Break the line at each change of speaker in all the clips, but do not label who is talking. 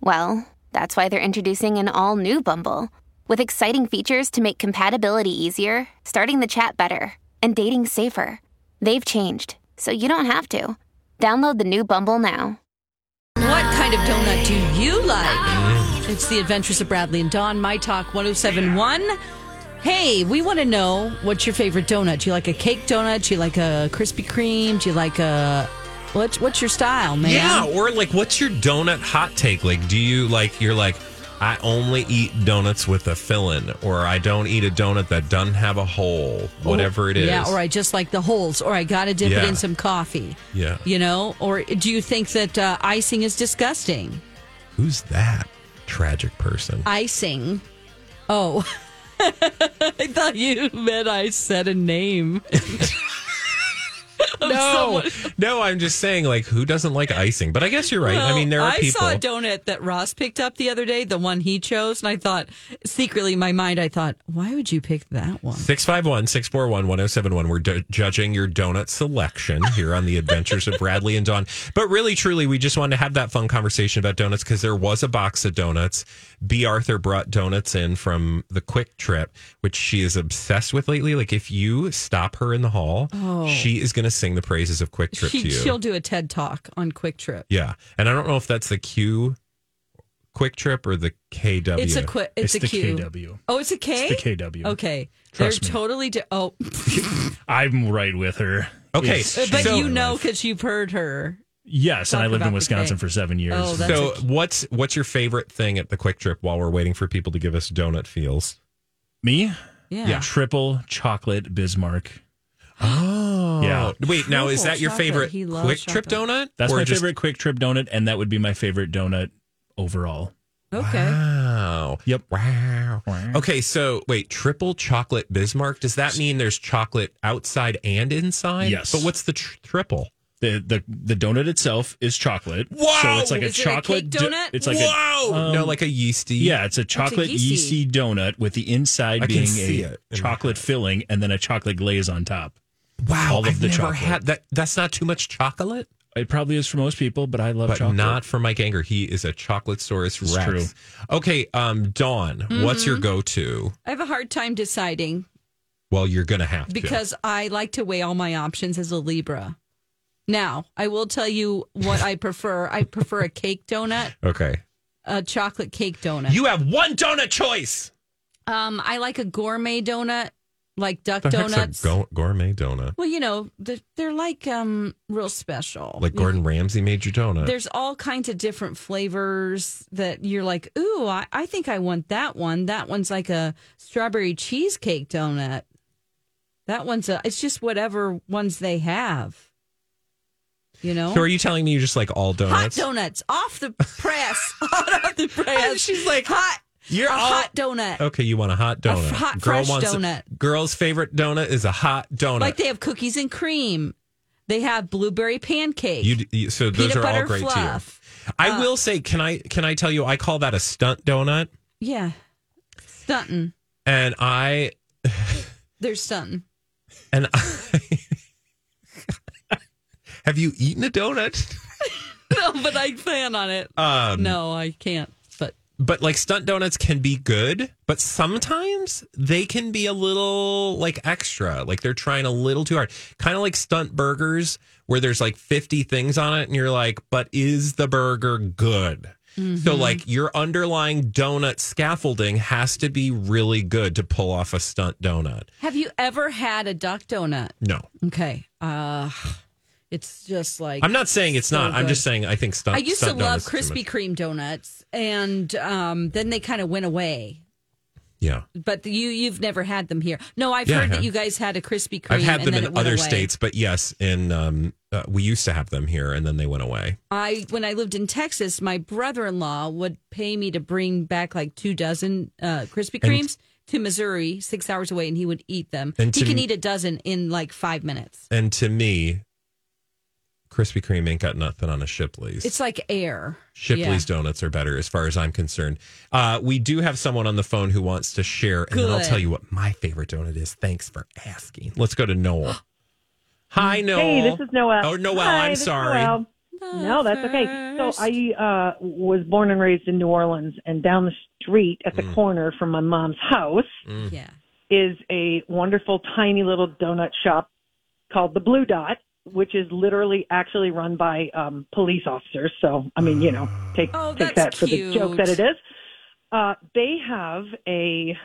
well, that's why they're introducing an all new Bumble with exciting features to make compatibility easier, starting the chat better, and dating safer. They've changed, so you don't have to. Download the new Bumble now.
What kind of donut do you like? It's the Adventures of Bradley and Dawn, My Talk 1071. Hey, we want to know what's your favorite donut. Do you like a cake donut? Do you like a Krispy Kreme? Do you like a. What's, what's your style, man?
Yeah, or like, what's your donut hot take? Like, do you like, you're like, I only eat donuts with a filling, or I don't eat a donut that doesn't have a hole, whatever it is.
Oh, Yeah, or I just like the holes, or I got to dip it
Yeah.
in some coffee.
Yeah.
You know, or do you think that uh, icing is disgusting?
Who's that tragic person?
Icing. Oh. I thought you meant I said a name.
no, no, I'm just saying, like, who doesn't like icing? But I guess you're right. I mean, there are
I
people.
saw a donut that Ross picked up the other day, the one he chose, and I thought secretly in my mind, I thought, why would you pick that one?
651 641 1071. We're d- judging your donut selection here on the adventures of Bradley and Dawn. But really, truly, we just wanted to have that fun conversation about donuts because there was a box of donuts. B. Arthur brought donuts in from the Quick Trip, which she is obsessed with lately. Like, if you stop her in the hall, she is going to sing the praises of Quick Trip to
Oh. She,
you.
she'll do a TED talk on Quick Trip.
yeah. And I don't know if that's the Q Quick Trip or the KW.
It's a quick. It's,
It's
a
the
Q.
KW.
Oh, it's a K.
It's the KW.
Okay,
Trust
they're
me.
totally. Di- oh,
I'm right with her.
Okay,
It's-
but
So-
you know because you've heard her.
yes, and I
Talk
lived
about
in
the
Wisconsin
K.
for seven years.
Oh, that's-
So,
a-
what's what's your favorite thing at the Quick Trip while we're waiting for people to give us donut feels?
me,
Yeah.
triple chocolate Bismarck.
Oh,
Yeah.
Wait, now is
Triple
that your
chocolate.
favorite
He loves
Quick Trip
chocolate.
donut?
That's
Or
my
just-
favorite Quick Trip donut, and that would be my favorite donut overall.
Okay.
Wow.
Yep.
Wow.
Wow.
Okay, so wait, triple chocolate Bismarck. Does that mean there's chocolate outside and inside?
Yes.
But what's the tr- triple?
The the the donut itself is chocolate.
Wow!
So it's like a
Is it a
chocolate
cake
do-
donut?
it's like
Whoa!
a um,
no, like a yeasty.
yeah, it's a chocolate
yeasty.
yeasty. donut with the inside
I can
being
see
a
it in my
chocolate
head.
filling and then a chocolate glaze on top.
Wow.
all of
I've
the
never
chocolate.
had that. That's not too much chocolate.
It probably is for most people, but I love
but
chocolate.
not for Mike Anger. He is a chocolate source
It's
rex.
true.
Okay, um, Dawn, what's
Mm-hmm.
your go-to?
I have a hard time deciding
Well, you're gonna have
because I like to weigh all my options as a Libra. Now, I will tell you what I prefer. I prefer a cake donut,
to. Okay,
a chocolate cake donut.
you have one donut choice.
Um, I like a gourmet donut, like duck
The heck's a
donuts.
go- gourmet donut.
well, you know, they're, they're like um real special.
Like Gordon Ramsay made your donut.
There's all kinds of different flavors that you're like, ooh, I, I think I want that one. That one's like a strawberry cheesecake donut. That one's a. It's just whatever ones they have. You know,
so are you telling me you just like all
hot
donuts?
donuts off the press, out of the press. She's like hot.
You're
a
all-
hot donut.
Okay, you want a hot donut.
f- hot fresh donut.
girl's favorite donut is a hot donut.
Like they have cookies and cream. They have blueberry pancake.
you, d- you so those
Peanut
are all
butter
great
fluff. Uh,
to you. I will say, can I can I tell you? I call that a stunt donut,
yeah. Stunting.
and I
There's stunting.
And I have you eaten a donut?
No, but I plan on it.
Um,
no, I can't. But
But like stunt donuts can be good, but sometimes they can be a little like extra. Like they're trying a little too hard. Kind of like stunt burgers where there's like 50 things on it and you're like, but is the burger good?
Mm-hmm.
So like your underlying donut scaffolding has to be really good to pull off a stunt donut.
have you ever had a duck donut?
No.
Okay. Uh it's just like
I'm not saying it's
So
not. I'm
good.
just saying I think stunt
I used to
stunt
love
donuts are too much.
Krispy Kreme donuts and um then they kind of went away.
Yeah.
But you you've never had them here. No, I've
Yeah, I
heard that
have.
you guys had a Krispy Kreme.
I've had
and
them
then it
in
went
other
away.
states, but yes, in um, uh, we used to have them here, and then they went away.
I when I lived in Texas, my brother in law would pay me to bring back like two dozen uh, Krispy Kremes to Missouri, six hours away, and he would eat them.
And
he
to-
can eat a dozen in like five minutes.
And to me, Krispy Kreme ain't got nothing on a Shipley's.
It's like air.
Shipley's donuts are better, as far as I'm concerned. Uh, we do have someone on the phone who wants to share, and then I'll
Good.
tell you what my favorite donut is. Thanks for asking. Let's go to Noel. Hi, Noel.
Hey, this is Noel.
Oh, Noel,
Hi,
I'm
this is
sorry.
Noel. No, that's okay. So I uh, was born and raised in New Orleans, and down the street at the
Mm.
corner from my mom's house
Yeah.
is a wonderful tiny little donut shop called the Blue Dot, which is literally actually run by um, police officers. So I mean, you know, take
Oh,
take that
that's
for the joke
cute.
that it is. Uh, they have a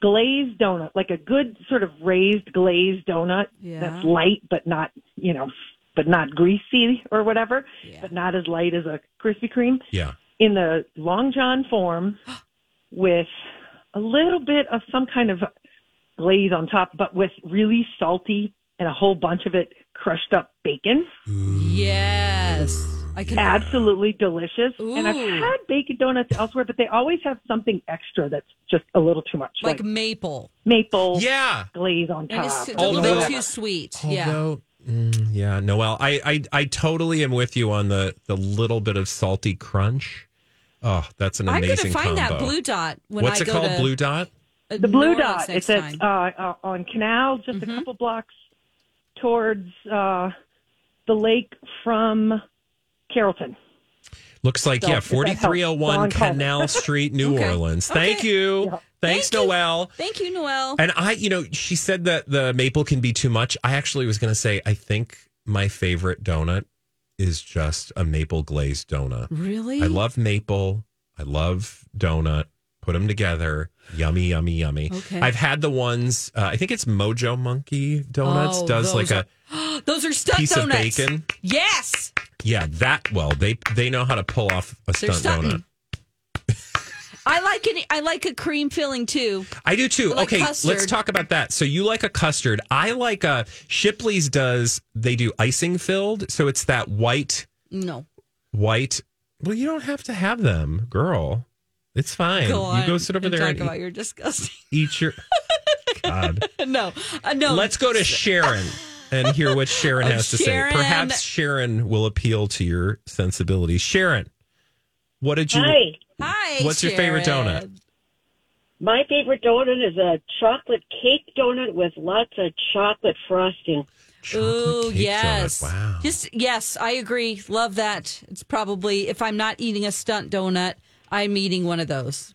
glazed donut, like a good sort of raised glazed donut
Yeah.
that's light but not, you know, but not greasy or whatever, but not as light as a Krispy Kreme
Yeah.
in the long john form with a little bit of some kind of glaze on top, but with really salty and a whole bunch of it crushed up bacon.
Yes. I can.
Absolutely delicious. And I've
Ooh.
had bacon donuts elsewhere, but they always have something extra that's just a little too much, like,
like maple.
maple
Yeah.
glaze on
And it's
top.
a
or
little
Although-
too
whatever.
sweet. yeah.
Although, mm, yeah, Noel, I, I, I totally am with you on the, the little bit of salty crunch. Oh, that's an
I'm
amazing
going to find
combo.
that blue dot when
What's
I
it
go
called?
to
Blue Dot?
uh,
the
New
blue
Orleans
dot.
next
It's
time. Mm-hmm.
at, uh, uh, on Canal, just a couple blocks towards uh, the lake from Carrollton.
Looks like, yeah,
Don't- if that helps.
4301
Wrong color.
Canal Street, New
Okay.
Orleans.
Okay.
Thank you. Thanks,
Thank you.
Noel.
Thank you, Noel.
And I, you know, she said that the maple can be too much. I actually was going to say, I think my favorite donut is just a maple glazed donut.
Really?
I love maple. I love donut. Put them together. Yummy, yummy, yummy.
Okay.
I've had the ones, uh, I think it's Mojo Monkey Donuts,
Oh,
does like
those
a
Those are stuffed
piece
donuts.
of bacon.
Yes.
Yeah, that, well, they they know how to pull off a
They're
stunt donut.
stunting. I like any. I like a cream filling too.
I do too.
Like
okay, let's
custard.
talk about that. So you like a custard. I like a Shipley's does they do icing filled, so it's that white
No.
white well, you don't have to have them, girl. It's fine.
Go on.
you go sit over
and
there
Talk
and
about
eat,
your disgusting.
eat your God.
no. Uh, no.
Let's go to Sharon and hear what Sharon
Oh,
has to
Sharon.
say. Perhaps Sharon will appeal to your sensibilities. Sharon, what did you
Hi.
Hi.
What's your favorite
Sharon.
donut?
My favorite donut is a chocolate cake donut with lots of chocolate frosting.
Chocolate
Oh
cake donut.
yes.
Wow.
Just yes, I agree. Love that. It's probably if I'm not eating a stunt donut, I'm eating one of those.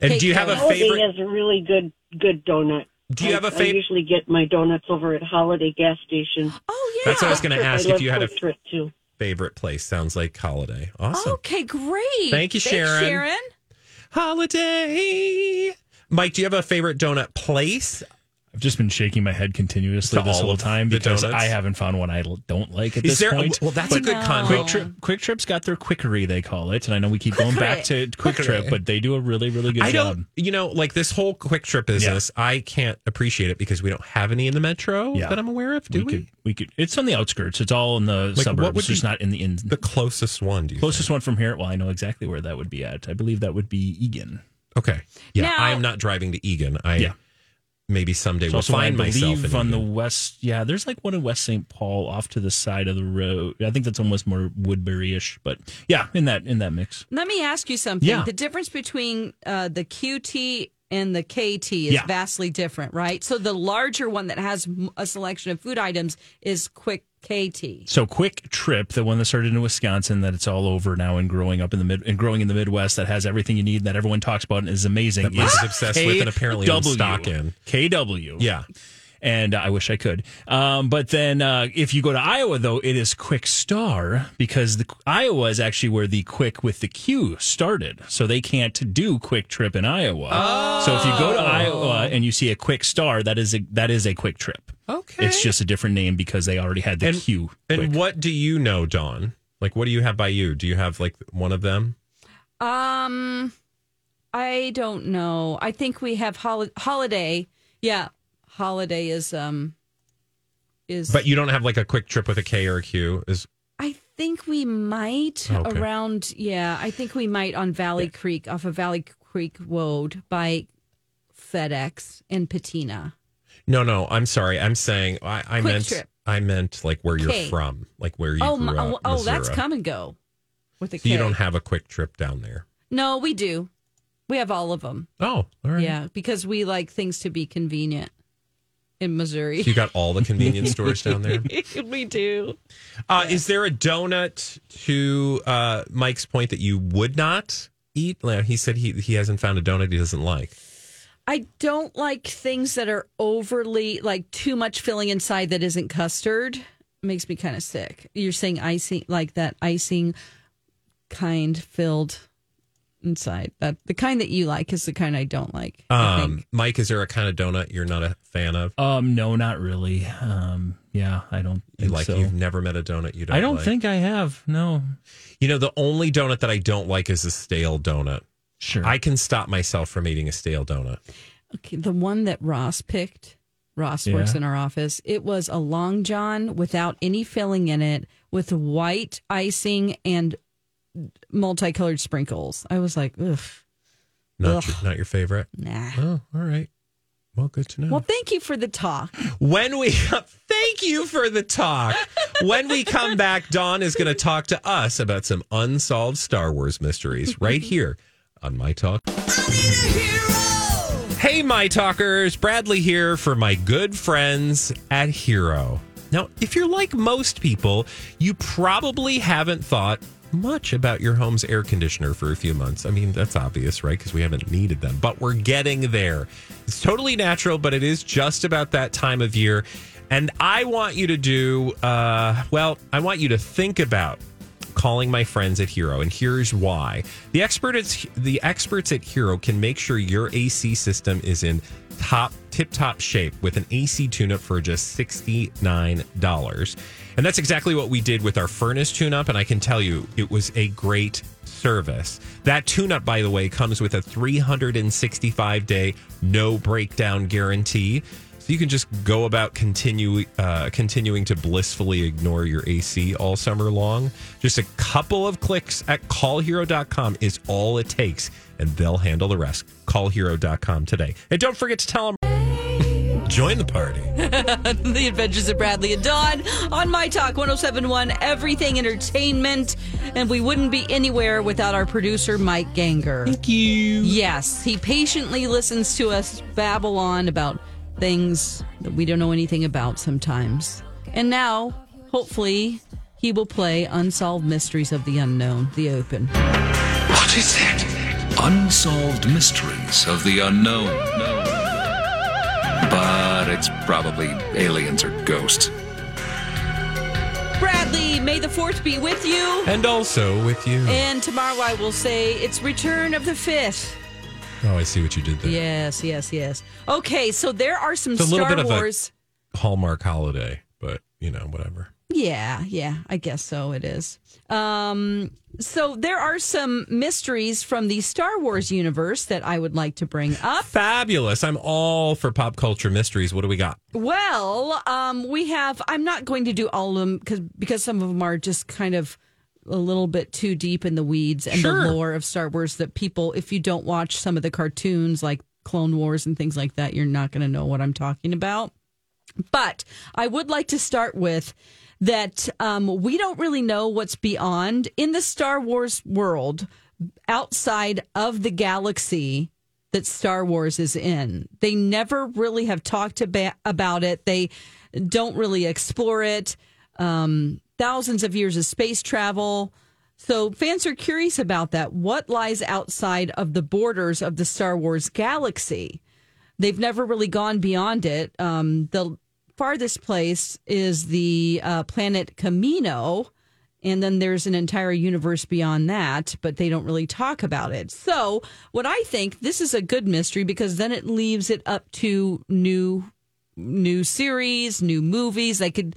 and
cake
do you have a
donut.
Holiday
favorite
has a really good good donut.
Do you
I-
have a
I
favorite
usually get my donuts over at Holiday gas station.
Oh yeah.
That's what I was going to ask
I
if
love
you had a
Quick Trip, too.
favorite place. Sounds like holiday. Awesome.
Okay, great.
Thank you, Sharon.
Sharon.
Holiday. Mike, do you have a favorite donut place?
I've just been shaking my head continuously
To
this
all
whole
of
time
the
because
donuts?
I haven't found one I l- don't like at
Is
this
there?
point.
well, that's a good
No.
combo.
Quick Trip, Quick Trip's got their quickery, they call it, and I know we keep going back to Quick Trip, but they do a really, really good
I
job.
don't, you know, like this whole quick trip business, I can't appreciate it because we don't have any in the metro
Yeah.
that I'm aware of, do we?
could, we could. It's on the outskirts. It's all in the
what
suburbs.
would
It's just
be
not in the in.
The closest one, do you
closest one from here. Well, I know exactly where that would be at. I believe that would be Egan.
think? Okay. Yeah.
Now-
I am not driving to Egan. I
Yeah.
maybe someday
It's
will
also, I
find myself
believe,
in
on the
Egan.
west. Yeah, there's like one in West St. Paul, off to the side of the road. I think that's almost more Woodbury-ish, but yeah, in that in that mix.
Let me ask you something.
Yeah.
The difference between uh, the QT and the KT is
Yeah.
vastly different, right? So the larger one that has m- a selection of food items is Quick KT.
So quick trip, the one that started in Wisconsin, that it's all over now and growing up in the mid and growing in the Midwest, that has everything you need, that everyone talks about and is amazing.
That Mike is
is
obsessed with and apparently owns stock in.
KW.
Yeah.
and uh, I wish I could. Um, but then uh, if you go to Iowa, though, it is Quick Star because the Iowa is actually where the Quick with the Q started, so they can't do Quick Trip in Iowa. So if you go to Iowa and you see a Quick Star, that is a that is a Quick Trip.
Okay.
It's just a different name because they already had the
And-
Q.
And
Quick.
what do you know, Dawn? Like, what do you have by you? Do you have like one of them?
Um, I don't know. I think we have hol- holiday. Yeah, holiday is um is.
But you don't have like a quick trip with a K or a Q. Is
I think we might
Oh, okay.
around. Yeah, I think we might on Valley Creek off of Valley Creek Road by FedEx and Patina.
no, no. I'm sorry. I'm saying I, I
Quick
meant
trip.
I meant like where you're
K.
from, like where you
Oh,
grew
my,
up.
oh, oh, that's
Missouri.
come and go with a
So you
K.
don't have a quick trip down there.
no, we do. We have all of them.
Oh, all right.
Yeah, because we like things to be convenient in Missouri.
You got all the convenience stores down there.
we do.
Uh, Is there a donut to uh, Mike's point that you would not eat? Well, He said he he hasn't found a donut he doesn't like.
I don't like things that are overly like too much filling inside that isn't custard. makes me kind of sick. You're saying icing like that icing kind filled inside. That the kind that you like is the kind I don't like. I think.
Um, Mike, is there a kind of donut you're not a fan of?
Um, no, not really. Um, yeah, I don't
You
think
like
so.
you've never met a donut you don't.
I don't
like?
think I have. No,
You know, the only donut that I don't like is a stale donut.
sure.
I can stop myself from eating a stale donut.
Okay, the one that Ross picked. Ross
Yeah.
works in our office. It was a long john without any filling in it, with white icing and multicolored sprinkles. I was like, ugh,
Not your, not your favorite.
nah.
Oh, all right. Well, good to know.
Well, thank you for the talk.
when we thank you for the talk. when we come back, Dawn is going to talk to us about some unsolved Star Wars mysteries right here on My Talk. Hey, my talkers, Bradley here for my good friends at Hero. Now, if you're like most people, you probably haven't thought much about your home's air conditioner for a few months. I mean, that's obvious, right? Because we haven't needed them, but we're getting there. It's totally natural, but it is just about that time of year. And I want you to do, uh, well, I want you to think about calling my friends at Hero, and here's why. The expert at, the experts at Hero can make sure your AC system is in top tip top shape with an AC tune-up for just $69. And that's exactly what we did with our furnace tune-up, and I can tell you it was a great service. That tune up, by the way, comes with a 365 day no breakdown guarantee. So you can just go about continue, uh, continuing to blissfully ignore your AC all summer long. Just a couple of clicks at callhero.com is all it takes, and they'll handle the rest. Callhero.com today. And don't forget to tell them. Join the party.
the Adventures of Bradley and Dawn on My Talk 1071, Everything Entertainment. And we wouldn't be anywhere without our producer, Mike Ganger. Thank you. Yes, he patiently listens to us babble on about things that we don't know anything about sometimes. And now, hopefully, he will play Unsolved Mysteries of the Unknown, the open.
What is that? Unsolved mysteries of the unknown. But it's probably aliens or ghosts.
Bradley, may the 4th be with you.
And also with you.
And tomorrow I will say it's Return of the Fifth.
Oh, I see what you did there.
Yes, yes, yes. Okay, so there are some
It's a little
Star
bit of a-
Wars.
Hallmark holiday, but you know, whatever.
Yeah, yeah, I guess so. It is. Um, so there are some mysteries from the Star Wars universe that I would like to bring up.
Fabulous. I'm all for pop culture mysteries. What do we got?
Well, um, we have. I'm not going to do all of them because because some of them are just kind of a little bit too deep in the weeds and
Sure.
the lore of Star Wars that people, if you don't watch some of the cartoons like Clone Wars and things like that, you're not going to know what I'm talking about. But I would like to start with that um, we don't really know what's beyond in the Star Wars world outside of the galaxy that Star Wars is in. They never really have talked aba- about it, they don't really explore it. Um, thousands of years of space travel. So fans are curious about that. What lies outside of the borders of the Star Wars galaxy? they've never really gone beyond it. Um, the farthest place is the uh, planet Camino, and then there's an entire universe beyond that, but they don't really talk about it. So, what I think this is a good mystery because then it leaves it up to new new series, new movies. They could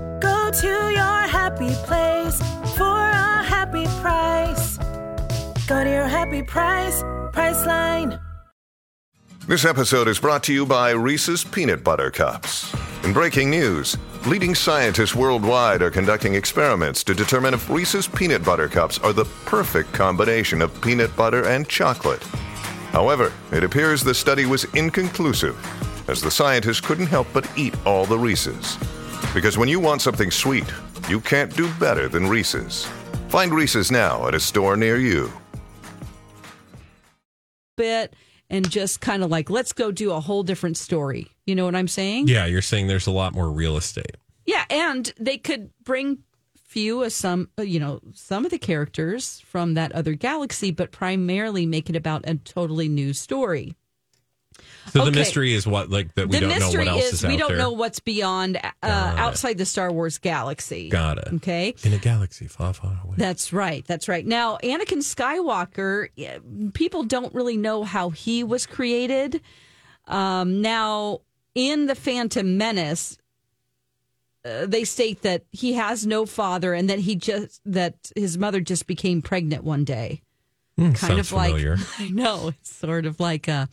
Go to your happy place for a happy price. Go to your happy price, Priceline.
This episode is brought to you by Reese's Peanut Butter Cups. In breaking news, leading scientists worldwide are conducting experiments to determine if Reese's Peanut Butter Cups are the perfect combination of peanut butter and chocolate. However, it appears the study was inconclusive, as the scientists couldn't help but eat all the Reese's. Because when you want something sweet, you can't do better than Reese's. Find Reese's now at a store near you.
bit and just kind of like, let's go do a whole different story. You know what I'm saying?
Yeah, you're saying there's a lot more real estate.
Yeah, and they could bring few of some, uh, you know, some of the characters from that other galaxy, but primarily make it about a totally new story.
So the
Okay.
mystery is what like that we
the
don't know
mystery
what else is,
is,
out
we don't
there.
know what's beyond uh, outside the Star Wars galaxy.
Got it.
Okay.
In a galaxy far, far away.
That's right. That's right. Now, Anakin Skywalker, yeah, people don't really know how he was created. Um, now, in The Phantom Menace, uh, they state that he has no father and that he just that his mother just became pregnant one day.
Hmm,
Kind
sounds
of like
familiar.
I know it's sort of like a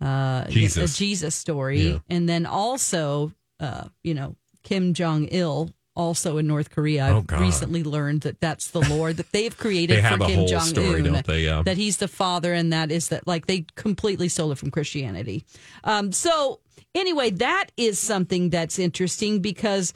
uh,
Jesus.
a Jesus story,
Yeah.
and then also uh, you know Kim Jong Il. Also in North Korea,
Oh,
I've
God.
recently learned that that's the lore that they've created
They
for
have a
Kim
whole
Jong Un.
story, don't they? Yeah.
That he's the father, and that is that like they completely stole it from Christianity. Um, so anyway, that is something that's interesting because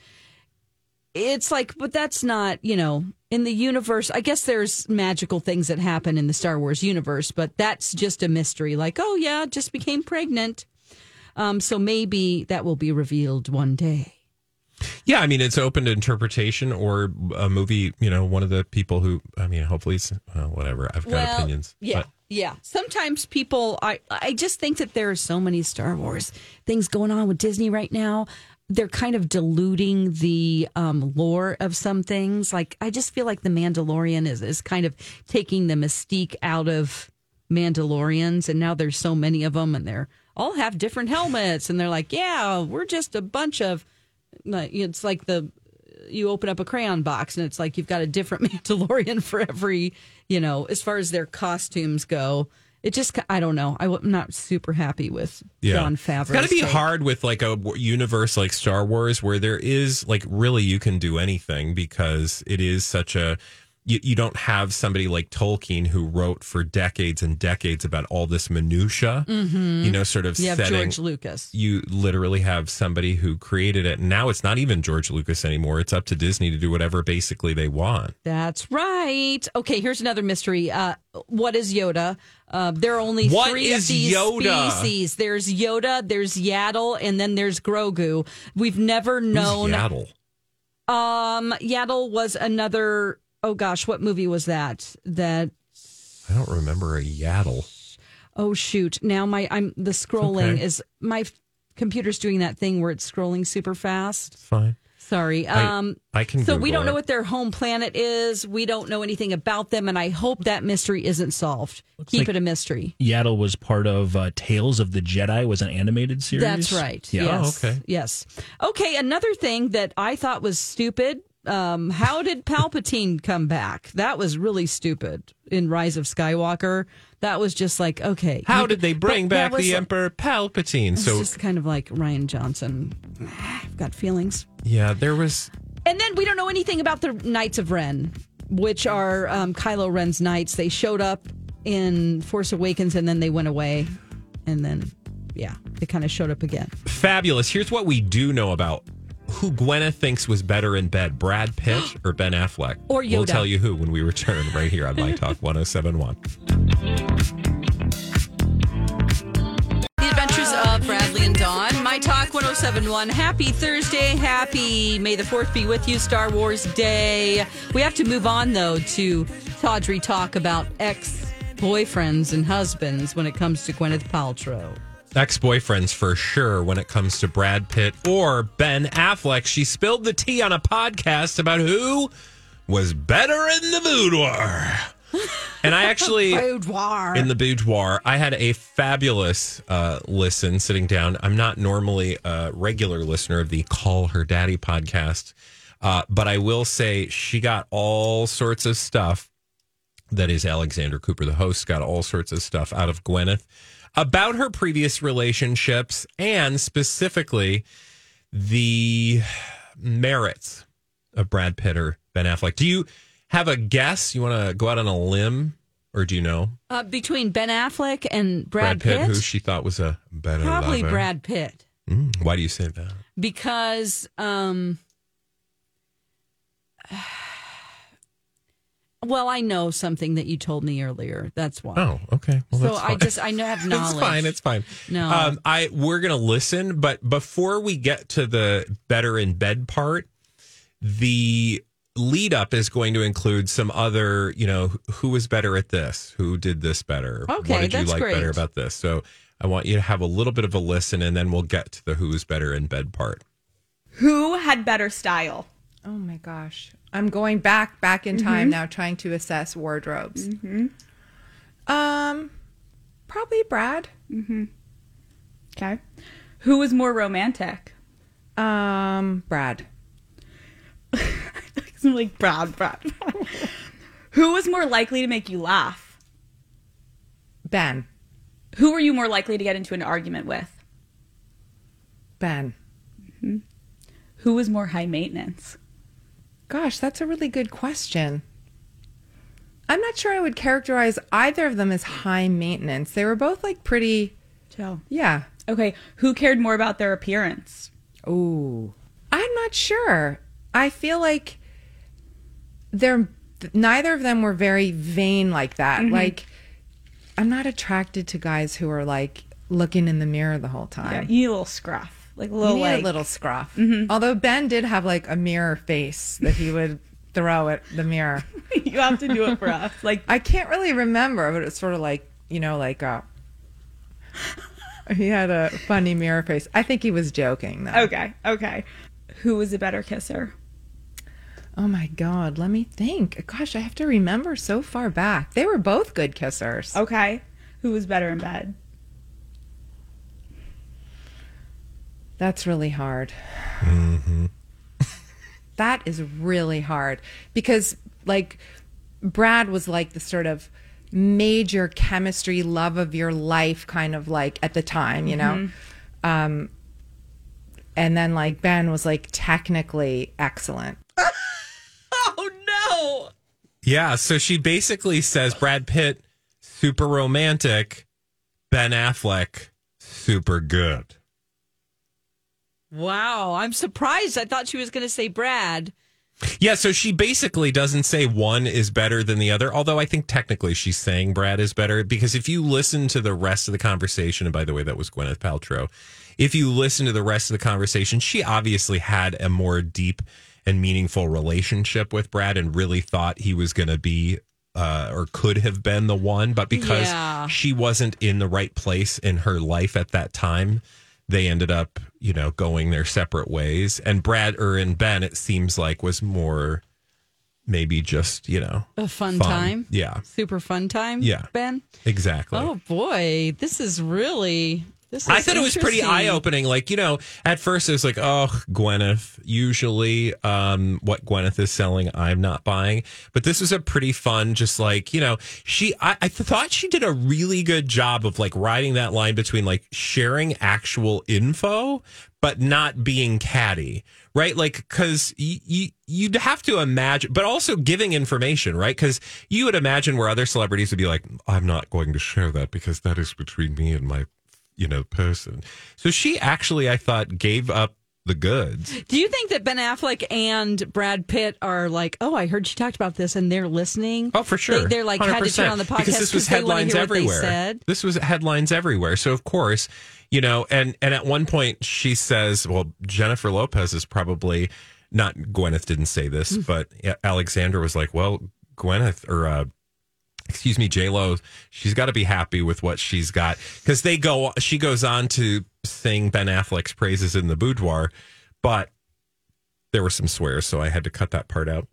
it's like, but that's not, you know, in the universe. I guess there's magical things that happen in the Star Wars universe, but that's just a mystery. Like, oh yeah, just became pregnant. Um, so maybe that will be revealed one day.
Yeah, I mean it's open to interpretation or a movie. You know, one of the people who I mean, hopefully it's well, whatever. I've got opinions.
Yeah.
but-
yeah. Sometimes people I I just think that there are so many Star Wars things going on with Disney right now. They're kind of diluting the um, lore of some things. Like I just feel like the Mandalorian is is kind of taking the mystique out of Mandalorians and now there's so many of them and they're all have different helmets and they're like, "Yeah, we're just a bunch of like, it's like the you open up a crayon box and it's like you've got a different Mandalorian for every, you know, as far as their costumes go. It just, I don't know. I w- I'm not super happy with
yeah.
John Favreau.
It's got to be hard with like a w- universe like Star Wars where there is like really you can do anything because it is such a you, you don't have somebody like Tolkien who wrote for decades and decades about all this minutia, Mm-hmm. you know, sort of
You have
setting.
George Lucas.
you literally have somebody who created it. And now it's not even George Lucas anymore. It's up to Disney to do whatever basically they want.
That's right. Okay, here's another mystery. Uh, what is Yoda? Uh, there are only
What
three of
is
these
Yoda?
species. There's Yoda, there's Yaddle, and then there's Grogu. We've never known.
Who's Yaddle?
Um, Yaddle was another. Oh gosh, what movie was that? That
I don't remember a Yaddle.
Oh shoot! Now my I'm the scrolling
okay.
is my f- computer's doing that thing where it's scrolling super fast.
It's fine.
Sorry.
I-
Um,
I can
So we
Google
don't
it.
know what their home planet is. We don't know anything about them, and I hope that mystery isn't solved. Keep
like-
it a mystery.
Yaddle was part of uh, Tales of the Jedi was an animated series.
That's right.
Yeah.
Yes.
oh, okay.
Yes. Okay. Another thing that I thought was stupid. Um, how did Palpatine come back? That was really stupid in Rise of Skywalker. That was just like okay.
How
you-
did they bring
but that
back the
was-
Emperor Palpatine?
It's
So
just kind of like Ryan Johnson. Ah, I've got feelings.
yeah, there was
And then we don't know anything about the Knights of Ren, which are um, Kylo Ren's knights. They showed up in Force Awakens and then they went away. And then, yeah, they kind of showed up again.
fabulous. Here's what we do know about who Gwenna thinks was better in bed, Brad Pitt or Ben Affleck.
Or
We'll
Yoda.
tell you who when we return right here on My Talk 1071.
The Adventures of Bradley and Dawn, My Talk 1071. Happy Thursday. Happy May the 4th be with you, Star Wars Day. We have to move on, though, to tawdry talk about ex boyfriends and husbands when it comes to Gwyneth Paltrow.
Ex boyfriends for sure when it comes to Brad Pitt or Ben Affleck. She spilled the tea on a podcast about who was better in the boudoir. And I actually,
Boudoir.
in the boudoir, I had a fabulous uh, listen sitting down. I'm not normally a regular listener of the Call Her Daddy podcast, uh, but I will say she got all sorts of stuff that is Alexander Cooper, the host, got all sorts of stuff out of Gwyneth about her previous relationships and specifically the merits of Brad Pitt or Ben Affleck. Do you have a guess? You want to go out on a limb or do you know
Uh, between Ben Affleck and Brad,
who she thought was a better
probably
lover?
Brad Pitt
Mm, why do you say that?
because um well, I know something that you told me earlier. That's why.
Oh, okay. Well,
so
that's
I
fine.
just I know have knowledge.
It's fine. It's fine.
No.
um, I we're gonna listen, but before we get to the better in bed part, the lead up is going to include some other, you know, who was better at this, who did this better,
Okay,
what did
that's
you like
great.
better about this. So I want you to have a little bit of a listen, and then we'll get to the who's better in bed part.
Who had better style?
Oh my gosh. I'm going back back in time now trying to assess wardrobes.
Mm-hmm.
Um probably Brad.
Mm-hmm. Okay. Who was more romantic?
Um Brad.
I'm like Brad, Brad. Who was more likely to make you laugh?
Ben.
Who were you more likely to get into an argument with?
Ben.
Who was more high maintenance?
Gosh, that's a really good question. I'm not sure I would characterize either of them as high maintenance. They were both like pretty
Joe.
Yeah.
Okay. Who cared more about their appearance?
Ooh. I'm not sure. I feel like they're neither of them were very vain like that.
Mhm.
Like I'm not attracted to guys who are like looking in the mirror the whole
Yeah,
time.
you little scruff. Like
You
little
need
like
a little scruff. Although Ben did have like a mirror face that he would throw at the mirror.
you have to do it for us. Like
I can't really remember, but it's sort of like you know, like uh he had a funny mirror face. I think he was joking though.
Okay, okay. Who was a better kisser?
Oh my God, let me think. Gosh, I have to remember so far back. They were both good kissers.
Okay. Who was better in bed?
That's really hard. That is really hard because, like, Brad was like the sort of major chemistry, love of your life kind of like at the time, you know? Um, and then, like, Ben was like technically excellent.
Oh
Yeah, so she basically says Brad Pitt super romantic, Ben Affleck super good.
Wow, I'm surprised. I thought she was going to say Brad.
Yeah, so she basically doesn't say one is better than the other, although I think technically she's saying Brad is better because if you listen to the rest of the conversation, and by the way, that was Gwyneth Paltrow, if you listen to the rest of the conversation, she obviously had a more deep and meaningful relationship with Brad and really thought he was going to be. Uh, or could have been the one, but because
Yeah.
she wasn't in the right place in her life at that time, they ended up, you know, going their separate ways. And Brad or and Ben, it seems like, was more maybe just, you know,
A fun, time.
Yeah,
Super fun time.
Yeah.
Ben.
exactly.
Oh boy, this is really this is
I thought it was pretty
interesting.
eye opening. Like, you know, at first it was like, oh, Gwyneth, usually um, what Gwyneth is selling, I'm not buying. But this was a pretty fun, just like, you know, she, I, I thought she did a really good job of like riding that line between like sharing actual info, but not being catty, right? Like, cause you, you, you'd have to imagine, but also giving information, right? Cause you would imagine where other celebrities would be like, I'm not going to share that because that is between me and my you know person. So she actually, I thought, gave up the goods.
Do you think that Ben Affleck and Brad Pitt are like, oh, I heard she talked about this, and they're listening?
Oh, for sure.
They, are like, had to turn on the
100%,
podcast
because this was
they wanna
headlines
hear what they
everywhere.
said.
This was headlines everywhere. So of course, you know, and and at one point she says, "Well, Jennifer Lopez is probably
Mm.
not." Gwyneth didn't say this, but Alexander was like, "Well, Gwyneth or uh, excuse me, J Lo, she's got to be happy with what she's got because they go. She goes on to sing Ben Affleck's praises in the boudoir, but there were some swears, so I had to cut that part out.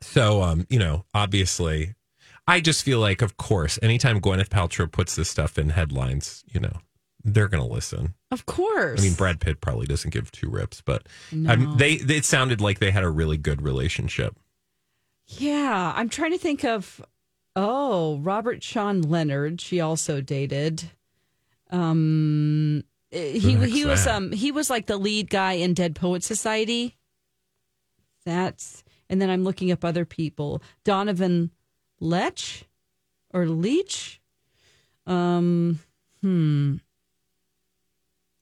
So, um, you know, obviously, I just feel like, of course, anytime Gwyneth Paltrow puts this stuff in headlines, you know, they're gonna listen.
Of course.
I mean, Brad Pitt probably doesn't give two rips, but
No.
um, they they- it sounded like they had a really good relationship.
Yeah, I'm trying to think of. Oh, Robert Sean Leonard. She also dated. Um, eh, he
Who the
he
heck's
was
that?
um he was like the lead guy in Dead Poet Society. That's and then I'm looking up other people. Donovan Lech or Leach. Um, hmm.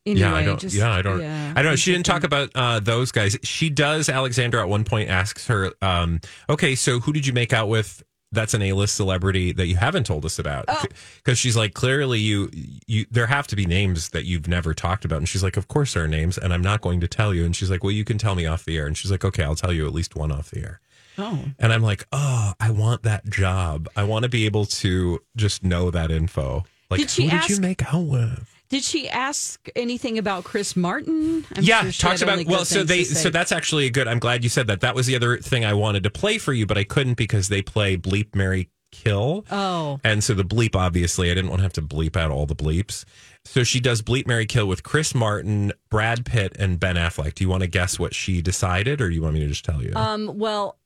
yeah, I
Anyway,
don't.
just-
yeah, I don't.
yeah,
I don't. She didn't talk about uh, those guys. She does. Alexandra at one point asks her, um, "Okay, so who did you make out with?" That's an A-list celebrity that you haven't told us about,
Oh.
because she's like, clearly you, you, there have to be names that you've never talked about, and she's like, of course there are names, and I'm not going to tell you, and she's like, well, you can tell me off the air, and she's like, okay, I'll tell you at least one off the air,
Oh.
and I'm like, oh, I want that job, I want to be able to just know that info, like
Did she
who did
ask-
you make out with?
Did she ask anything about Chris Martin? I'm
yeah,
sure she
talks
had
about
only good
well. So
things
they
to say.
so that's actually a good. I'm glad you said that. That was the other thing I wanted to play for you, but I couldn't because they play bleep Mary kill.
Oh.
and so the bleep obviously I didn't want to have to bleep out all the bleeps. So she does bleep Mary kill with Chris Martin, Brad Pitt, and Ben Affleck. Do you want to guess what she decided, or do you want me to just tell you?
Um. Well.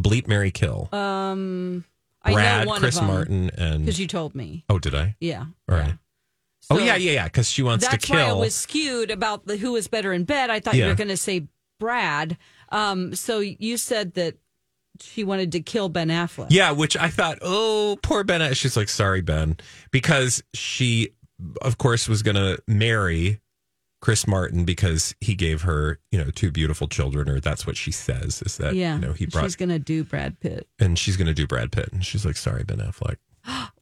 bleep Mary kill.
Um. I
Brad,
know one
Chris
of them,
Martin, and
because you told me.
oh, did I?
Yeah.
All right. oh yeah, yeah, yeah. Because she wants to
That's
kill.
why I was skewed about the who was better in bed. I thought you
Yeah.
were going to say Brad. Um. So you said that she wanted to kill Ben Affleck.
Yeah, which I thought, oh, poor Ben. She's like, sorry, Ben, because she, of course, was going to marry Chris Martin because he gave her, you know, two beautiful children, or that's what she says is that,
yeah.
you know, he brought,
She's going to do Brad Pitt.
and she's going to do Brad Pitt. And she's like, sorry, Ben Affleck.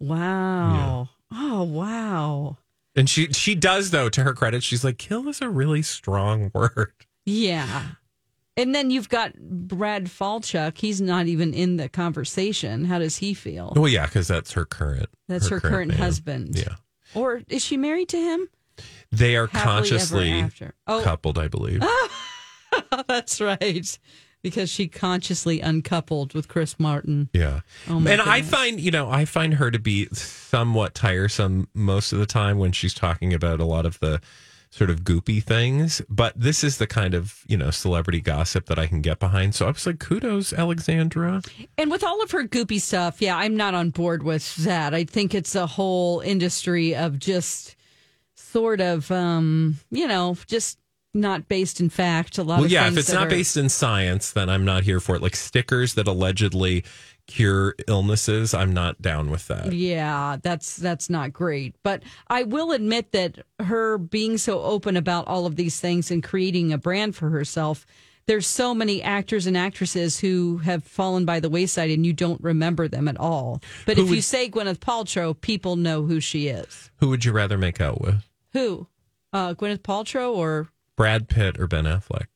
Wow. Oh wow.
And she, she does, though, to her credit, she's like, kill is a really strong word.
Yeah. And then you've got Brad Falchuk. He's not even in the conversation. How does he feel?
Well, yeah, because that's her current.
That's her, current,
man.
husband.
Yeah.
Or is she married to him?
They are
Happily ever
consciously
after. Oh.
coupled, I believe.
That's right. Because she consciously uncoupled with Chris Martin.
Yeah.
Oh my
and I
goodness.
find, you know, I find her to be somewhat tiresome most of the time when she's talking about a lot of the sort of goopy things. But this is the kind of, you know, celebrity gossip that I can get behind. So I was like, kudos, Alexandra.
And with all of her goopy stuff, yeah, I'm not on board with that. I think it's a whole industry of just sort of, um, you know, just not based in fact. A lot
Well,
of
yeah, if
things
it's
that
not
are-
based in science, then I'm not here for it. Like stickers that allegedly cure illnesses, I'm not down with that.
Yeah, that's that's not great. But I will admit that her being so open about all of these things and creating a brand for herself, there's so many actors and actresses who have fallen by the wayside and you don't remember them at all. But
Who
if you
would-
say Gwyneth Paltrow, people know who she is.
Who would you rather make out with?
Who? Uh, Gwyneth Paltrow or
Brad Pitt or Ben Affleck?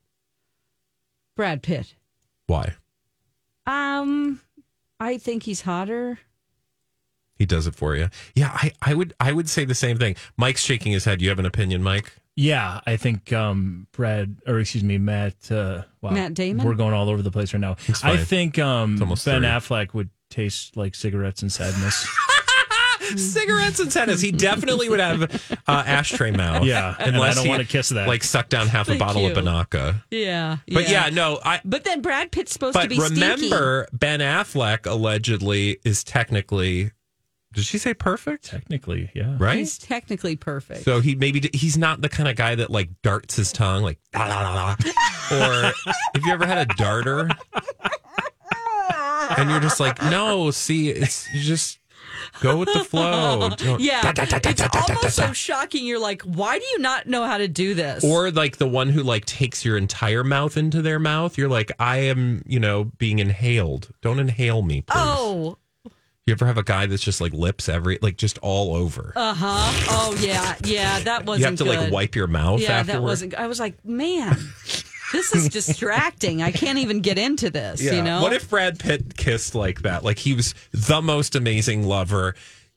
Brad Pitt?
Why?
Um, I think he's hotter.
He does it for you. Yeah, I, I would I would say the same thing. Mike's shaking his head. You have an opinion, Mike?
Yeah, I think um, Brad, or excuse me, Matt. Uh, wow,
Matt Damon?
We're going all over the place right now.
It's
I
fine.
think um,
It's
Ben
almost three.
Affleck would taste like cigarettes and sadness.
cigarettes and tennis. He definitely would have uh, ashtray mouth.
Yeah, and I don't
he,
wanna kiss that.
Like suck down half a
Thank
bottle of
you.
Banaka.
Yeah,
But yeah, no, I.
But then Brad Pitt's supposed to
But
be stinky.
remember, Ben Affleck allegedly is technically. Did she say perfect?
Technically, yeah.
Right.
He's technically perfect.
so he maybe he's not the kind of guy that like darts his tongue like da da da da. Or have you ever had a darter? And you're just like, no, see, it's you just go with the flow. Don't-
yeah,
da, da, da, da,
it's
da, da, da,
almost
da.
so shocking. You're like, why do you not know how to do this?
Or like the one who like takes your entire mouth into their mouth. You're like, I am, you know, being inhaled. Don't inhale me, please.
oh,
You ever have a guy that's just like lips every, like just all over?
uh huh. Oh yeah, yeah. That wasn't.
You have to
good.
like wipe your mouth
Yeah,
afterwards.
that wasn't. I was like, man, This is distracting. I can't even get into this, you know?
What if Brad Pitt kissed like that? Like he was the most amazing lover,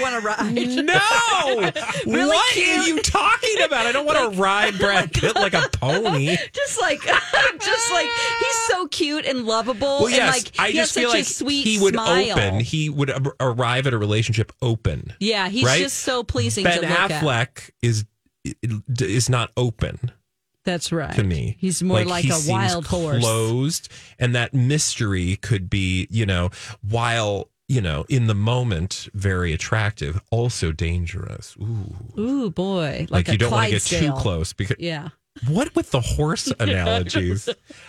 want to ride?
No!
Really
what
cute.
are you talking about? I don't want to ride Brad Pitt like a pony.
Just like, just like he's so cute and lovable,
Well, yes,
and like
I
he
just
has
feel
such
like
a sweet
he would
smile.
open. He would ab- arrive at a relationship open.
Yeah, he's
right?
just so pleasing
Ben
to look at.
Affleck is is not open
That's right.
to me.
he's more like,
he
a
seems
wild horse.
closed, and that mystery could be, you know, while you know in the moment very attractive, also dangerous. Ooh,
Ooh boy,
like,
like,
you
a
don't want to get too
Clydesdale.
close because
Yeah.
What with the horse analogies?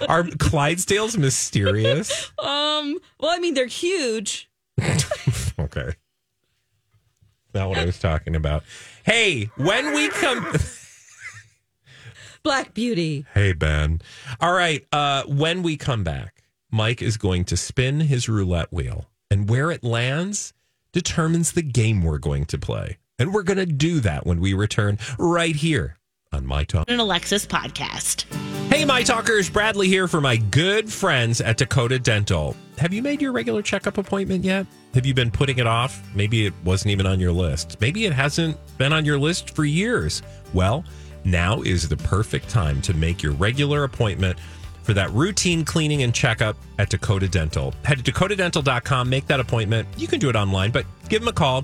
Are Clydesdales mysterious?
Um. Well, I mean, they're huge.
Okay. Not what I was talking about. Hey, when we come
Black Beauty.
Hey Ben. All right, uh when we come back, Mike is going to spin his roulette wheel and where it lands determines the game we're going to play. And we're going to do that when we return right here on My Talk.
An Alexis podcast.
Hey, my talkers, Bradley here for my good friends at Dakota Dental. Have you made your regular checkup appointment yet? Have you been putting it off? Maybe it wasn't even on your list. Maybe it hasn't been on your list for years. Well, now is the perfect time to make your regular appointment for that routine cleaning and checkup at Dakota Dental. Head to dakotadental.com, make that appointment. You can do it online, but give them a call,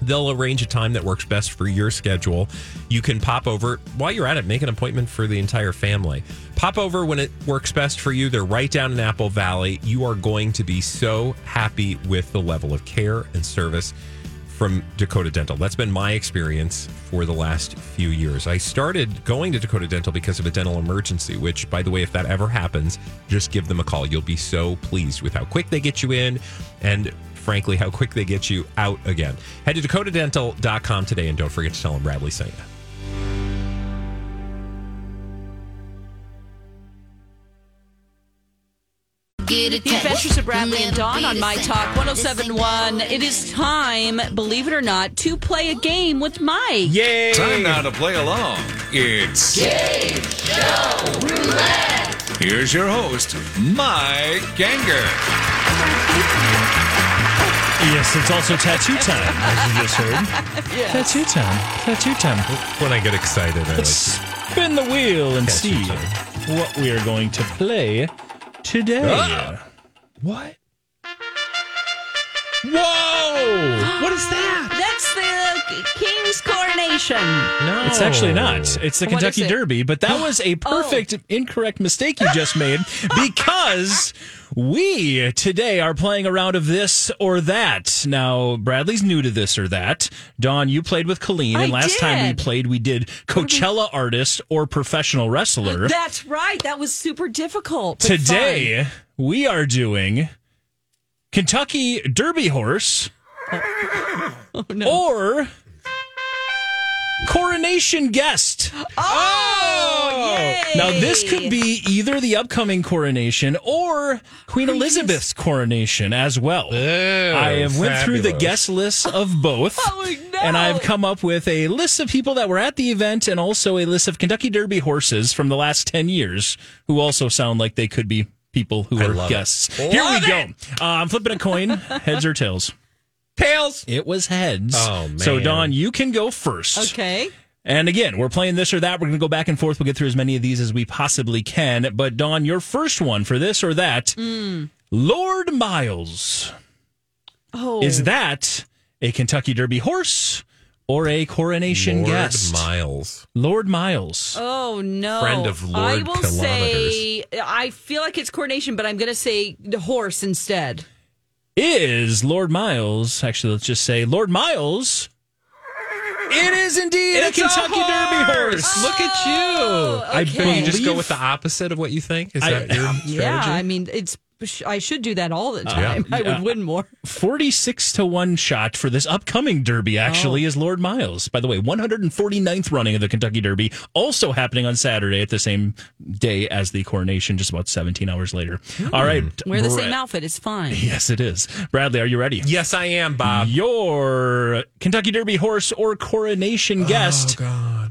They'll arrange a time that works best for your schedule. You can pop over while you're at it, make an appointment for the entire family. Pop over when it works best for you. They're right down in Apple Valley. You are going to be so happy with the level of care and service from Dakota Dental. That's been my experience for the last few years. I started going to Dakota Dental because of a dental emergency, which, by the way, if that ever happens, just give them a call. You'll be so pleased with how quick they get you in and, frankly, how quick they get you out again. Head to dakotadental.com today and don't forget to tell them Bradley sent you.
The Adventures of Bradley and Dawn on My Talk 1071. It is time, believe it or not, to play a game with Mike.
Yay!
Time now to play along. It's
Game
Show Roulette. Here's your host, Mike Ganger.
Yes, it's also tattoo time, as you just heard. Tattoo time. Tattoo time.
When I get excited, I
Let's spin the wheel and see what we are going to play today.
Ah! What? Whoa! what is that?
That's the King's Coronation.
No.
It's actually not.
Oh.
It's the
What
Kentucky
is it? Oh.
Derby, but that was a perfect incorrect mistake you just made because we today are playing a round of this or that. Now, Bradley's new to this or that. Don, you played with Colleen,
I
and last time we
did.
played, we did Coachella artist or professional wrestler.
That's right. Mm-hmm. That was super difficult. but fun.
today, we are doing Kentucky Derby horse
Oh,
or coronation guest.
Oh, yay.
Now, this could be either the upcoming coronation or Queen Elizabeth's coronation as well. I have went through
Oh,
the
fabulous. Oh,
guest list of both, and I've come up with a list of people that were at the event and also a list of Kentucky Derby horses from the last 10 years who also sound like they could be people who
I
are
love it.
guests. Here we
Love
go.
it.
Uh, I'm flipping a coin, heads or tails.
Tails.
It was heads.
Oh, man.
So Don, you can go first.
Okay.
And again, we're playing this or that. We're going to go back and forth. We'll get through as many of these as we possibly can. But Don, your first one for this or that, Lord Miles,
Oh.
is that a Kentucky Derby horse or a coronation
Lord
guest?
Miles.
Lord Miles.
Oh no!
Friend of Lord
I will say I feel like it's coronation, but I'm going to say the horse instead.
Is Lord Miles, actually, let's just say Lord Miles. It is indeed
It's
a
a
Kentucky Derby horse.
horse.
Look at you.
I
okay.
bet you just go with the opposite of what you think. Is
I-
that your strategy?
Yeah, I mean it's. I should do that all the time. I would win more.
46 to 1 shot for this upcoming derby
Oh.
actually is Lord Miles. By the way, 149th running of the Kentucky Derby, also happening on Saturday at the same day as the coronation, just about 17 hours later. All right.
Hmm. Wear the
Brett-
same outfit. It's fine.
Yes, it is. Bradley, are you ready?
Yes, I am, Bob.
Your Kentucky Derby horse or
Oh,
coronation guest,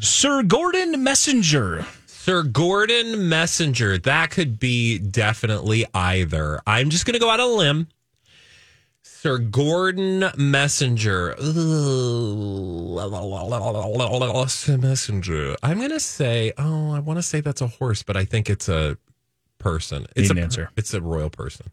Sir Gordon Messenger.
Sir Gordon Messenger. That could be definitely either. I'm just going to go out on a limb. Sir Gordon Messenger. Ooh, la, la, la, la, la, la, la, la, Sir Messenger. I'm going to say, oh, I want to say that's a horse, but I think it's a person. It's
Need
a
an answer.
It's a royal person.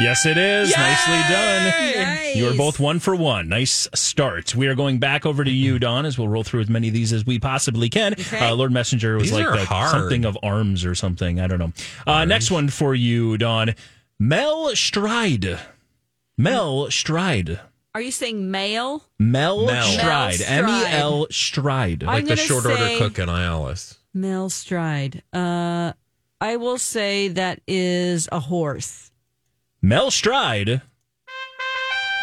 Yes, it is. Nicely done.
Nice.
You are both one for one. Nice start. We are going back over to you, Don, as we'll roll through as many of these as we possibly can. Uh, Lord Messenger was
These
like
are
the-
hard.
something of arms or something. I don't know. Uh, next one for you, Don. Mel Stride. Mel Stride.
Are you saying male?
Mel,
Mel.
Stride.
Mel
M E
Stride.
L Stride.
I'm
Like the
gonna
short order
say-
cook in Ialis.
Male stride. Uh, I will say that is a horse.
Mel Stride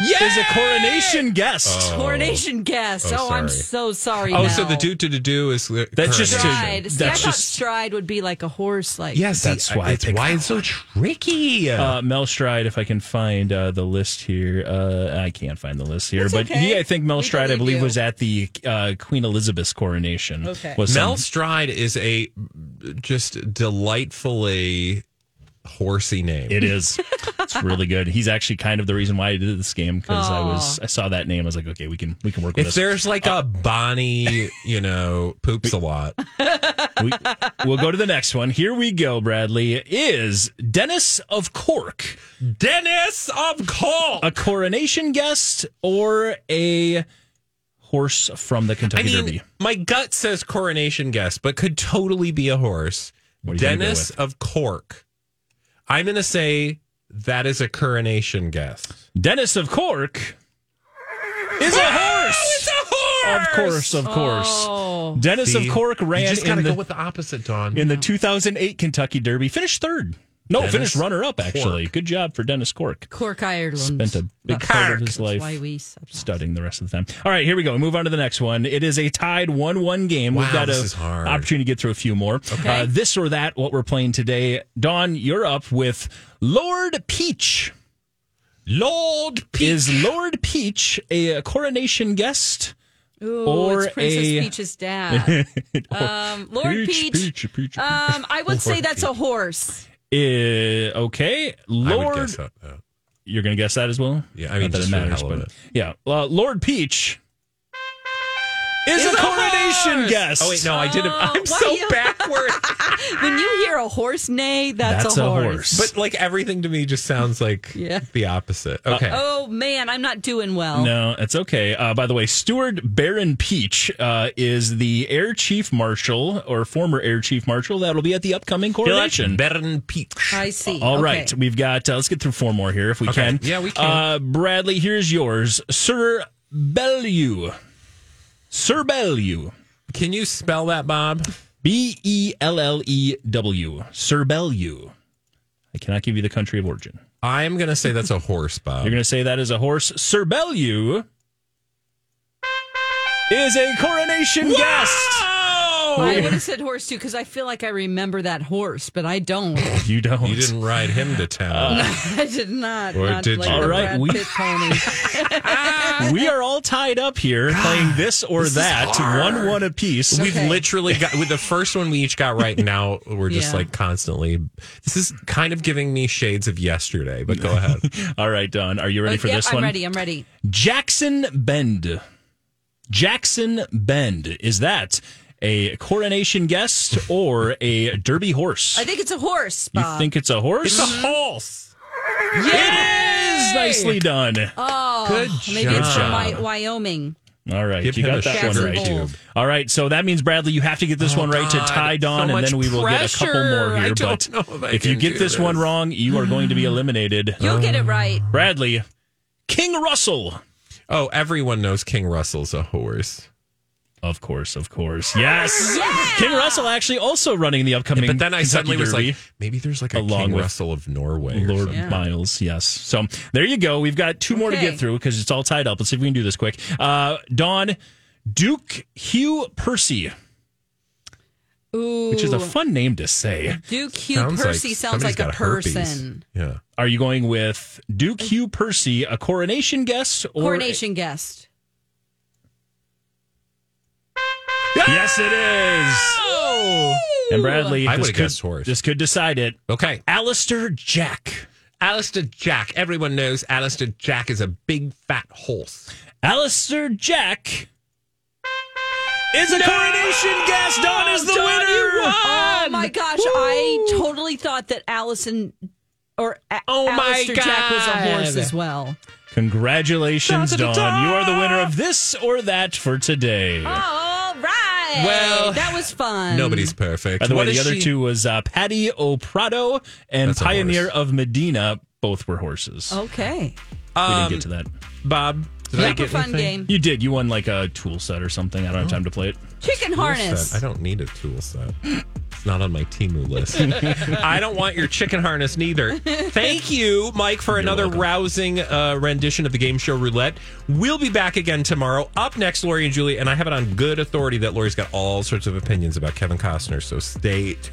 is a coronation guest.
Coronation guest.
Oh,
Oh, I'm
sorry.
so sorry.
Oh,
Mel.
so the do to do is
That's just to-
stride. See,
that's
I thought
just-
stride would be like a horse. Like
Yes,
That's why I
it's
picked
why it's so tricky.
Uh, Mel Stride, if I can find uh, the list here, uh, I can't find the list here, but he, I think Mel Stride, I believe, was at the uh, Queen Elizabeth's coronation.
Okay.
Was
Mel
some-
Stride is a just delightfully horsey name.
it is. It's really good. He's actually kind of the reason why I did this game because I was I saw that name. I was like, okay, we can we can work
If
with this.
there's like a Bonnie, you know, poops a lot.
We, we'll go to the next one. Here we go. Bradley is Dennis of Cork,
Dennis of Cork,
a coronation guest or a horse from the
I
Kentucky Derby.
mean, my gut says coronation guest, but could totally be a horse.
What do you gonna go
Dennis of Cork. I'm going to say that is a coronation guest.
Dennis of Cork is a horse.
it's a horse.
Of course, Oh. of course. Dennis of
See?
Cork
You
ran
just gotta
in the,
go with the opposite, Don.
in the 2008 Kentucky Derby, finished third. No,
Dennis
finished runner up,
Cork.
actually. Good job for Dennis Cork.
Cork, Ireland.
Spent a big
That's
part of his life
Why we
studying the rest of the time. All right, here we go. We move on to the next one. It is a tied 1 1 game. We've
Wow,
got
this
a
is hard.
opportunity to get through a few more.
Okay.
Uh, this or that, what we're playing today. Don, you're up with Lord Peach.
Lord
Peach. Is Lord Peach a coronation guest?
Ooh,
or
it's Princess
a-
Peach's dad.
Or-
um, Lord Peach.
Peach, Peach, Peach,
uh,
Um, I would say
Lord
that's a horse.
Uh, okay, Lord.
guess
You're gonna guess that as well.
Yeah, I mean,
Not that
just
it
for the
matters,
hell
but
of
yeah, uh, Lord Peach is a coronation guest.
Oh wait, no, I did. not I'm
Why
so
you-
backward.
when you hear a horse neigh, that's, a, horse.
But like everything to me just sounds like the opposite. Okay.
Oh man, I'm not doing well.
No, it's okay. Uh, by the way, Steward Baron Peach uh, is the Air Chief Marshal or former Air Chief Marshal that'll be at the upcoming coronation.
Baron Peach.
I see.
All
Okay.
right, we've got. Uh, let's get through four more here if we
Okay.
can.
Yeah, we can.
Uh, Bradley, here's yours, Sir Bellew. Sir Bellew.
Can you spell that, Bob?
B e l l e w. Sir Bellew. I cannot give you the country of origin.
I'm gonna say that's a horse, Bob.
You're going to say that is a horse. Sir Bellew is a coronation guest.
Oh!
I would have said horse too because I feel like I remember that horse, but I don't.
You don't.
You didn't ride him to town.
I did not.
Or
not
did
like
you?
the
All right,
Brad
we-
Pitt pony.
we are all tied up here playing this or that, one one apiece.
We've literally got with the first one we each got right. and Now we're just
Yeah.
like constantly. This is kind of giving me shades of yesterday, but go ahead.
All right, Don, are
Oh,
you ready for
yep,
this
Oh, I'm
one?
ready. I'm ready.
Jackson Bend. Jackson Bend. Is that a coronation guest or a derby horse?
I think it's a horse,
you
Bob.
think it's a
It's
horse?
a horse.
It is nicely done.
Uh,
Oh,
Good
maybe it's from
job.
Wy- Wyoming.
All right,
Give
you
him
got
a
that one
Jackson
right.
Bowl.
All right, so that means Bradley, you have to get this
Oh,
one right to
God,
tie Don,
so
and then
much
we will get a couple
pressure.
more
I
here.
don't
but
know if I
if you
can
get
do
this, one
this.
wrong, you are going to be eliminated.
You'll get
Oh.
it right.
Bradley, King Russell.
Oh, everyone knows King Russell's a horse.
Of course, of course. Yes. King Russell actually also running the upcoming.
But then I
Kentucky
suddenly was
Derby.
like, maybe there's like a
Along
King
with
Russell of Norway. or
Lord
something.
Miles, yes. So there you go. We've got two more to
Okay.
get through because it's all tied up. Let's see if we can do this quick. Uh, Don, Duke Hugh Percy,
Ooh,
which is a fun name to say.
Duke Hugh Percy sounds
somebody's
like a
got herpes.
person.
Yeah.
Are you going with Duke Hugh Percy, a coronation guest? Or
Coronation guest.
Yes, it is.
Oh.
And Bradley,
I
this
would've
could-
guessed horse.
This could decide it.
Okay.
Alistair Jack.
Alistair Jack. Everyone knows Alistair Jack is a big fat horse.
Alistair Jack is a coronation guest. Don is the
Don,
winner.
you won.
Oh my gosh, I totally thought that Allison or A-
Oh my
Alistair Jack was a horse
God.
as well.
Congratulations,
Da-da-da-da.
Don. You are the winner of this or that for today.
All right.
Well,
that was fun.
Nobody's perfect.
By the
What
way,
is
the other
she-
two was uh, Patty O'Prado and
That's a
Pioneer
horse.
of Medina. Both were horses.
Oh. Okay.
we didn't
Um,
get to that.
Bob, did I
Super
get
fun
anything?
game.
You did. You won like a tool set or something. I don't have time to play it.
Chicken
Tool
harness.
set. I don't need a tool set. It's not on my Timu list. I don't want your chicken harness neither. Thank you, Mike, for another rousing uh, rendition of the game show roulette. We'll be back again tomorrow. Up next, Lori and Julie, and I have it on good authority that Lori's got all sorts of opinions about Kevin Costner, so stay tuned.